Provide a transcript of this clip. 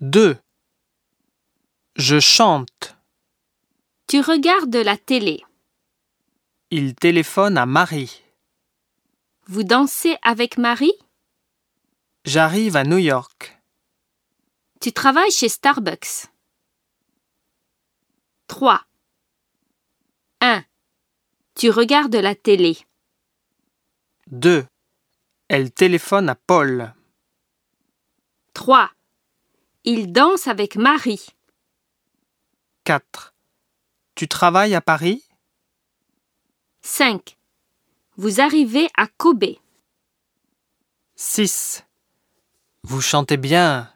2. Je chante. Tu regardes la télé. Il téléphone à Marie. Vous dansez avec Marie J'arrive à New York. Tu travailles chez Starbucks. 3. 1. Tu regardes la télé. 2. Elle téléphone à Paul. 3. Il danse avec Marie. 4. Tu travailles à Paris 5. Vous arrivez à Kobe. 6. Vous chantez bien.